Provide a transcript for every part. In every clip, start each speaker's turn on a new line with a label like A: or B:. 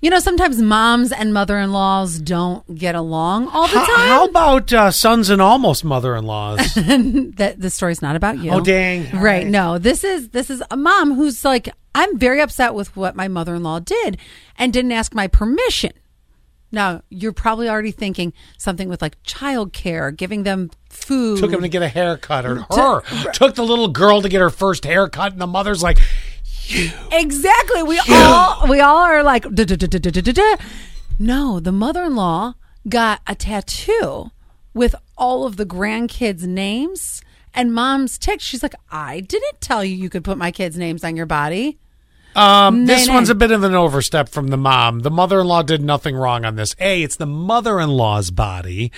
A: You know, sometimes moms and mother in laws don't get along all the
B: How,
A: time.
B: how about uh, sons and almost mother-in-laws?
A: that the story's not about you.
B: Oh, dang.
A: Right. No, this is this is a mom who's like, I'm very upset with what my mother in law did and didn't ask my permission. Now, you're probably already thinking something with like childcare, giving them food.
B: took him to get a haircut, or her took the little girl to get her first haircut, and the mother's like,
A: exactly. We all we all are like "Duh, duh, duh, duh, duh, duh, duh, duh." No, the mother-in-law got a tattoo with all of the grandkids' names and mom's tick. She's like, "I didn't tell you you could put my kids' names on your body."
B: Um, this
A: nay.
B: one's a bit of an overstep from the mom. The mother in law did nothing wrong on this. A, it's the mother in law's body.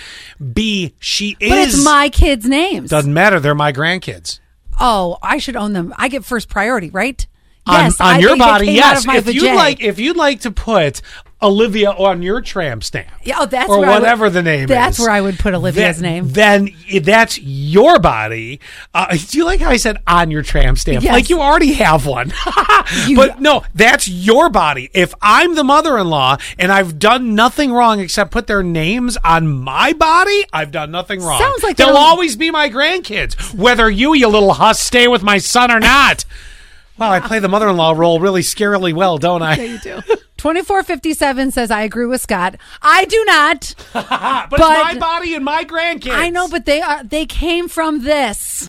B: B, she
A: But
B: is.
A: it's my kids' names.
B: doesn't matter. They're my grandkids.
A: oh, I should own them. I get first priority, right?
B: On-
A: yes,
B: on,
A: I
B: your
A: think it
B: body,
A: came out
B: yes.
A: of my
B: if you
A: vajay.
B: like, if you'd like to put Olivia on your tramp stamp,
A: Yeah, oh, that's
B: or
A: where I would-
B: whatever the name
A: that's
B: is.
A: where I would put Olivia's
B: then-
A: name.
B: Then i- that's your body. Uh, do you like how I said on your tramp stamp?
A: Yes.
B: Like you already have one.
A: You-
B: but no, that's your body. If I'm the mother-in-law and I've done nothing wrong except put their names on my body, I've done nothing wrong.
A: Sounds like
B: they'll
A: they're-
B: always be my grandkids, whether you, you little huss, stay with my son or not. Wow, I play the mother-in-law role really scarily well, don't I?
A: you do. 2457 says, I agree with Scott. I do not.
B: but,
A: But-
B: it's my body and my grandkids.
A: I know, but they are they came from this.